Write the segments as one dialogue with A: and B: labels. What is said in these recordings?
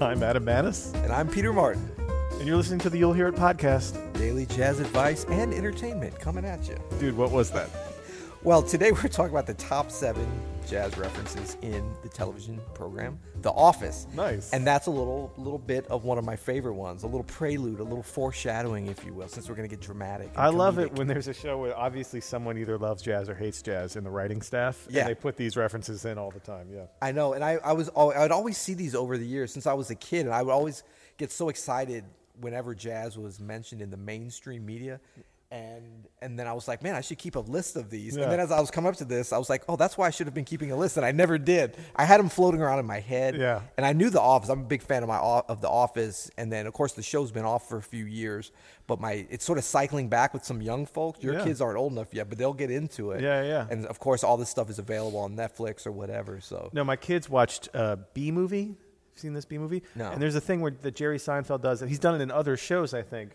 A: I'm Adam Manis,
B: And I'm Peter Martin.
A: and you're listening to the You'll Hear It podcast.
B: Daily jazz advice and entertainment coming at you.
A: Dude, what was that?
B: Well, today we're talking about the top seven jazz references in the television program The Office.
A: Nice.
B: And that's a little little bit of one of my favorite ones, a little prelude, a little foreshadowing, if you will, since we're going to get dramatic. and
A: I love it
B: comedic.
A: when there's a show where obviously someone either loves jazz or hates jazz in the writing staff,
B: Yeah.
A: and they put these references in all the time. Yeah.
B: I know, and I, I was al- I'd always see these over the years since I was a kid, and I would always get so excited whenever jazz was mentioned in the mainstream media, and and then I was like, man, I should keep a list of these.
A: Yeah.
B: And then as I was coming up to this, I was like, oh, that's why I should have been keeping a list, and I never did. I had them floating around in my head,
A: Yeah.
B: And I knew The Office. I'm a big fan of my o- of The Office, and then of course the show's been off for a few years, but my it's sort of cycling back with some young folks. Your
A: Yeah.
B: kids aren't old enough yet, but they'll get into it.
A: Yeah, yeah.
B: And of course, all this stuff is available on Netflix or whatever. So
A: No, my kids watched uh, B movie. Seen this B movie?
B: No.
A: And there's a thing where that Jerry Seinfeld does, and he's done it in other shows, I think,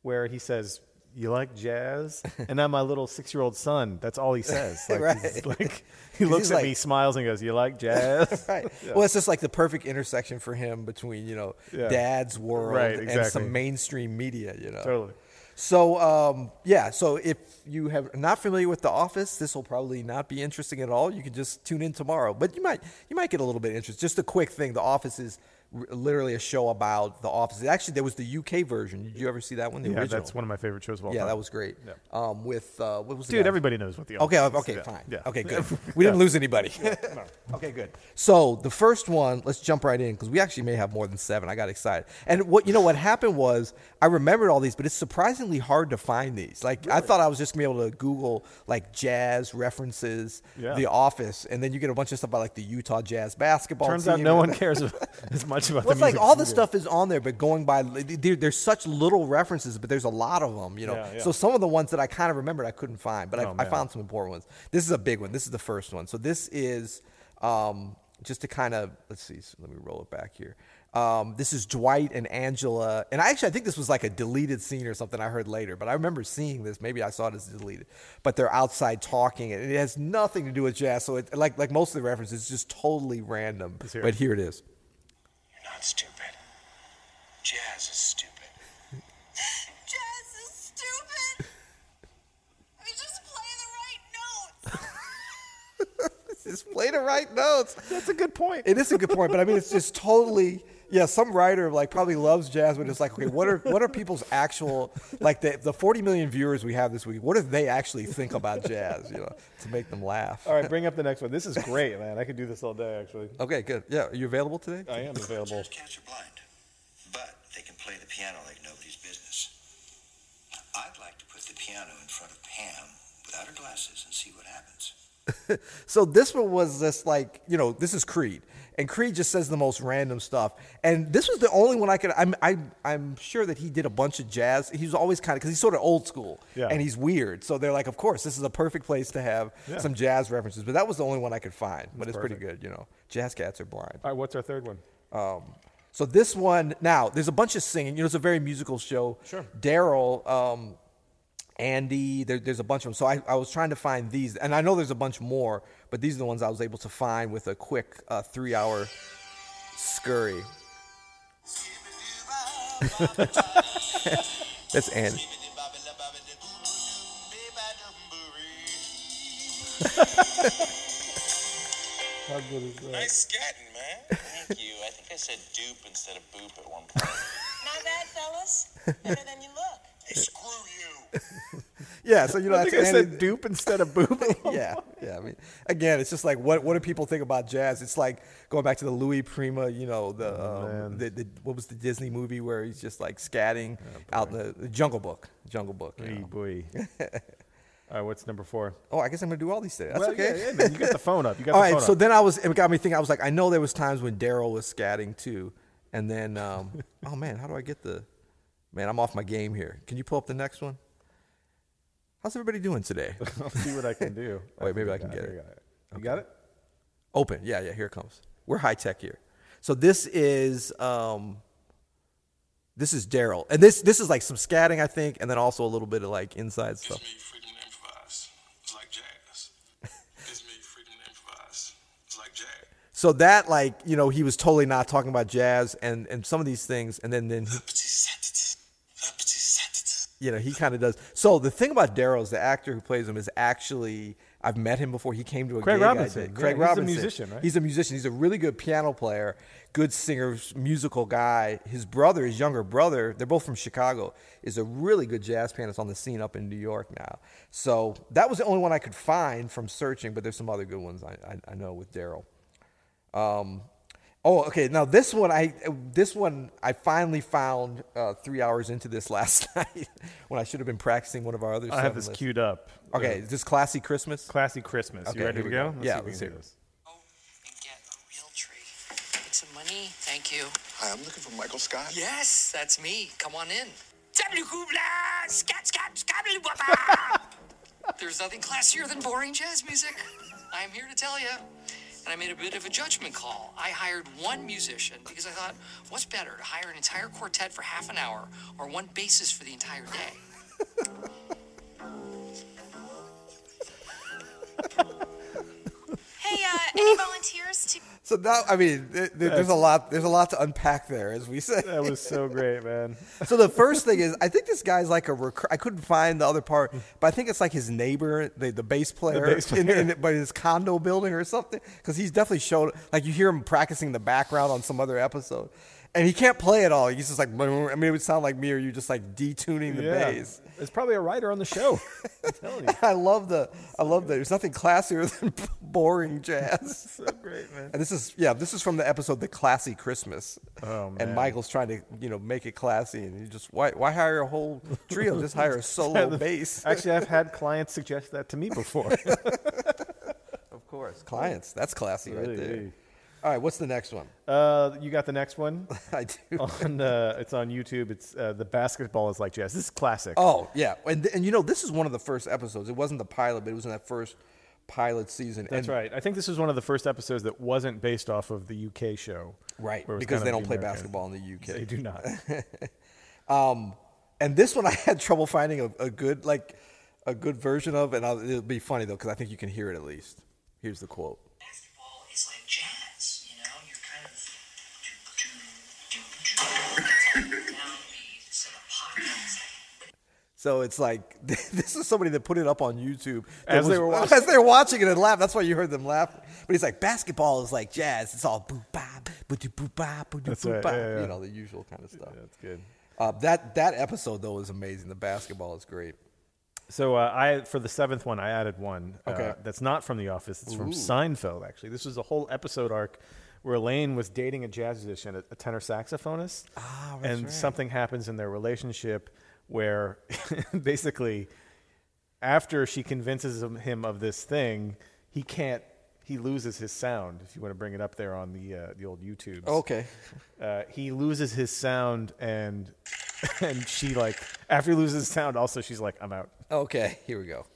A: where he says, "You like jazz?" and now my little six-year-old son, that's all he says. Like, he's
B: Right.
A: like he
B: 'Cause
A: looks
B: he's
A: at
B: like-
A: me, smiles, and goes, "You like jazz?"
B: right.
A: Yeah.
B: Well, it's just like the perfect intersection for him between you know
A: Yeah.
B: dad's world
A: Right,
B: and
A: exactly.
B: some mainstream media. You know.
A: Totally.
B: So um, yeah, so if you have not familiar with The Office, this will probably not be interesting at all. You can just tune in tomorrow, but you might you might get a little bit interested. Just a quick thing: The Office is r- literally a show about The Office. Actually, there was the UK version. Did you ever see that one? The
A: Yeah,
B: original.
A: that's one of my favorite shows of all
B: yeah,
A: time.
B: that was great.
A: Yeah.
B: Um, with uh, what was the
A: Dude,
B: guy's-
A: everybody knows what the
B: Okay,
A: Office is.
B: okay,
A: Yeah.
B: fine.
A: Yeah.
B: Okay, good. We didn't lose anybody. okay, good. So the first one, let's jump right in because we actually may have more than seven. I got excited. And what you know what happened was I remembered all these, but it's surprisingly hard to find these. Like I thought I was just gonna be able to Google like jazz references,
A: Yeah.
B: the office, and then you get a bunch of stuff about like the Utah jazz basketball.
A: Turns out
B: team
A: no
B: and-
A: one cares as much about
B: well,
A: the
B: it's
A: music.
B: like all
A: as
B: the
A: we do.
B: stuff is on there, but going by there, there's such little references, but there's a lot of them, you know.
A: Yeah, yeah.
B: So some of the ones that I kind of remembered, I couldn't find, but
A: Oh,
B: I, I
A: man.
B: found some important ones. This is a big one. This is the first one. So this is um, just to kind of let's see. So let me roll it back here. Um, this is Dwight and Angela, and I actually I think this was like a deleted scene or something I heard later, but I remember seeing this. Maybe I saw it as deleted, but they're outside talking, and it has nothing to do with jazz. So it, like like most of the references, it's just totally random.
A: hear it.
B: But here it is.
C: You're not stupid. Jazz is stupid.
D: Jazz is stupid. I mean, just play the right notes.
B: Just play the right notes.
A: That's a good point.
B: It is a good point, but I mean, it's just totally. Yeah, some writer like probably loves jazz, but it's like, okay, what are what are people's actual like the the forty million viewers we have this week? What do they actually think about jazz? You know, to make them laugh.
A: all right, bring up the next one. This is great, man. I could do this all day, actually.
B: Okay, good. Yeah, are you available today?
A: I am available.
C: Jazz cats are blind, but they can play the piano like nobody's business. I'd like to put the piano in front of Pam without her glasses and see what happens.
B: So this one was just like, you know, this is Creed, and Creed just says the most random stuff. And this was the only one I could. I'm I'm, I'm sure that he did a bunch of jazz. He was always kind of because he's sort of old school,
A: Yeah.
B: and he's weird. So they're like, of course, this is a perfect place to have
A: Yeah.
B: some jazz references. But that was the only one I could find. But it's pretty
A: perfect.
B: good, you know. Jazz cats are blind.
A: All right, what's our third one?
B: So this one now, there's a bunch of singing. You know, it's a very musical show.
A: Sure.
B: Daryl, um, Andy, there, there's a bunch of them. So I, I was trying to find these, and I know there's a bunch more, but these are the ones I was able to find with a quick uh, three-hour scurry. That's Andy.
A: How good is that?
E: Nice scatting, man.
F: Thank you. I think I said dupe instead of boop at one point.
D: Not bad, fellas. Better than you look.
E: Screw you.
B: Yeah. So you know,
A: I
B: that's
A: think I
B: Andy.
A: said dupe instead of boop.
B: yeah, yeah. I mean, again, it's just like what what do people think about jazz? It's like going back to the Louis Prima, you know, the,
A: Oh,
B: um, the, the what was the Disney movie where he's just like scatting
A: Oh,
B: out in the, the Jungle Book, Jungle Book. you
A: Hey,
B: know.
A: boy. All right, what's number four?
B: Oh, I guess I'm gonna do all these today. That's
A: Well,
B: okay.
A: Yeah, yeah, man, you got the phone up. You got
B: all
A: the
B: right.
A: phone
B: So
A: up.
B: then I was it got me thinking. I was like, I know there was times when Daryl was scatting too, and then um, oh man, how do I get the man? I'm off my game here. Can you pull up the next one? How's everybody doing today?
A: I'll see what I can do.
B: Oh, wait, maybe I
A: think
B: can
A: got
B: get
A: You got it?
B: Open. Yeah, yeah, here it comes. We're high tech here. So this is um this is Daryl. And this this is like some scatting, I think, and then also a little bit of like inside stuff.
E: Gives me freedom to improvise. It's like jazz. Gives me freedom to improvise. It's like jazz.
B: So that like you know he was totally not talking about jazz and and some of these things, and then then he- you know he kind of does. So the thing about Darrow is the actor who plays him is actually I've met him before. He came to a
A: Craig
B: gig I
A: Robinson.
B: did.
A: Yeah,
B: Craig
A: he's a
B: Robinson,
A: musician, right?
B: He's a musician. He's a really good piano player, good singer, musical guy. His brother, his younger brother, they're both from Chicago, is a really good jazz pianist on the scene up in New York now. So that was the only one I could find from searching, but there's some other good ones I, I, I know with Daryl. Um, oh, okay. Now this one, I this one I finally found uh, three hours into this last night when I should have been practicing one of our other.
A: I have
B: seven
A: this
B: lists.
A: queued up.
B: Okay, is this classy Christmas?
A: Classy Christmas.
B: Okay,
A: you
B: here
A: ready to
B: we
A: go?
B: go. Yeah,
A: if we
B: let's
A: can
B: do
A: do
B: this.
D: and get a real tree. Get some money. Thank you.
G: Hi, I'm looking for Michael Scott.
D: Yes, that's me. Come on in. There's nothing classier than boring jazz music. I'm here to tell you. And I made a bit of a judgment call. I hired one musician because I thought, what's better, to hire an entire quartet for half an hour or one bassist for the entire day?
H: Hey, uh, any volunteers to
B: So now, I mean, th- th- there's a lot. There's a lot to unpack there, as we say.
A: That was so great, man.
B: So the first thing is, I think this guy's like a. Rec- I couldn't find the other part, but I think it's like his neighbor, the, the bass player,
A: bass
B: in-
A: player.
B: In, but his condo building or something, because he's definitely showed. Like you hear him practicing in the background on some other episode, and he can't play at all. He's just like, I mean, it would sound like me or you just like detuning the
A: yeah.
B: bass.
A: There's probably a writer on the show. I'm telling you.
B: I love the. I love that. There's nothing classier than boring jazz.
A: So great, man.
B: And this is yeah, this is from the episode "The Classy Christmas."
A: Oh, man.
B: And Michael's trying to you know make it classy, and you just why why hire a whole trio? just hire a solo bass.
A: Actually, I've had clients suggest that to me before.
B: of course, clients. That's classy right there.
A: Really.
B: All right, what's the next one?
A: uh, you got the next one
B: I do.
A: on uh, it's on YouTube. It's uh, the basketball is like jazz. This is classic.
B: Oh yeah, and and you know this is one of the first episodes. It wasn't the pilot, but it was in that first pilot season.
A: That's
B: and,
A: right. I think this was one of the first episodes that wasn't based off of the UK show.
B: Right,
A: where it was
B: because
A: kind
B: they
A: of
B: don't
A: the
B: play
A: American-
B: basketball in the UK.
A: They do not.
B: and this one I had trouble finding a, a good like a good version of, and I'll, it'll be funny though because I think you can hear it at least. Here's the quote.
D: Basketball is like jazz, you know? You're kind of.
B: So it's like this is somebody that put it up on YouTube that
A: As they were watching.
B: as they were watching it and laugh. That's why you heard them laugh. But he's like, basketball is like jazz. It's all boop bop, boop boop bop, boop
A: That's right.
B: boop bop.
A: Yeah, yeah, yeah.
B: You know the usual kind of stuff.
A: That's good.
B: Uh, that that episode though is amazing. The basketball is great.
A: So uh, I for the seventh one I added one. uh,
B: Okay.
A: that's not from The Office. It's from Seinfeld. Actually, this was a whole episode arc where Elaine was dating a jazz musician, a, a tenor saxophonist, ah, and something happens in their relationship where basically after she convinces him, him of this thing, he can't. He loses his sound. If you want to bring it up there on the uh, the old YouTube.
B: Okay,
A: Uh, he loses his sound and and she like after he loses his sound also she's like I'm out.
B: okay, here we go.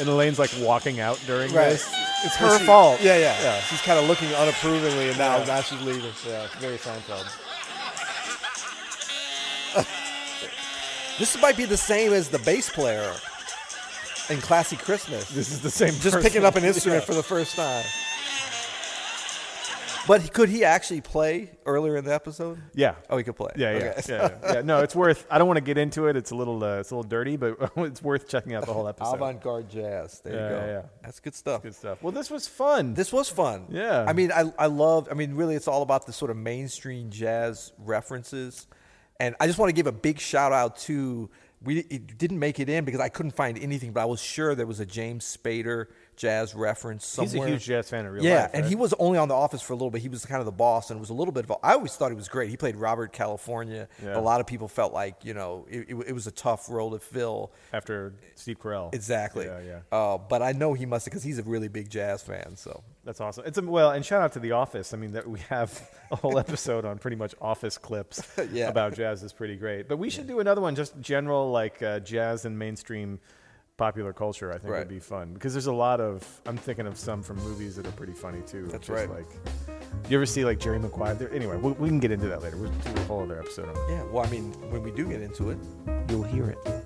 A: And Elaine's like walking out during this.
B: it's
A: her fault.
B: Yeah, yeah, yeah. She's kind of looking unapprovingly, and now now she's leaving.
A: Yeah, it's very Seinfeld.
B: This might be the same as the bass player in Classy Christmas.
A: This is the same.
B: just
A: person.
B: picking up an instrument for the first time. But he- could he actually play earlier in the episode?
A: Yeah.
B: Oh, he could play.
A: Yeah, yeah,
B: Okay.
A: yeah, yeah, yeah. No, it's worth. I don't want to get into it. It's a little, uh, it's a little dirty, but it's worth checking out the whole episode.
B: Avant-garde jazz. There
A: Yeah,
B: you go.
A: yeah, yeah.
B: That's good stuff.
A: Good stuff. Well, this was fun.
B: This was fun.
A: Yeah.
B: I mean, I I love. I mean, really, it's all about the sort of mainstream jazz references, and I just want to give a big shout out to. We it didn't make it in because I couldn't find anything, but I was sure there was a James Spader jazz reference
A: He's
B: somewhere.
A: a huge jazz fan in real
B: yeah,
A: life.
B: and
A: right?
B: he was only on The Office for a little bit. He was kind of the boss, and was a little bit of. A, I always thought he was great. He played Robert California.
A: Yeah.
B: A lot of people felt like you know it, it, it was a tough role to fill.
A: after Steve Carell.
B: Exactly.
A: Yeah, yeah.
B: Uh, but I know he must because he's a really big jazz fan. So
A: That's awesome. It's a, well, and shout out to The Office. I mean, that we have a whole episode on pretty much Office clips
B: Yeah.
A: about jazz is pretty great. But we should do another one, just general like uh, jazz and mainstream popular culture, I think
B: Right.
A: would be fun because there's a lot of. I'm thinking of some from movies that are pretty funny too.
B: That's
A: just
B: right.
A: Like, you ever see like Jerry Maguire? There, anyway, we, we can get into that later. We'll do a whole other episode on
B: Yeah, well, I mean, when we do get into it, you'll hear it.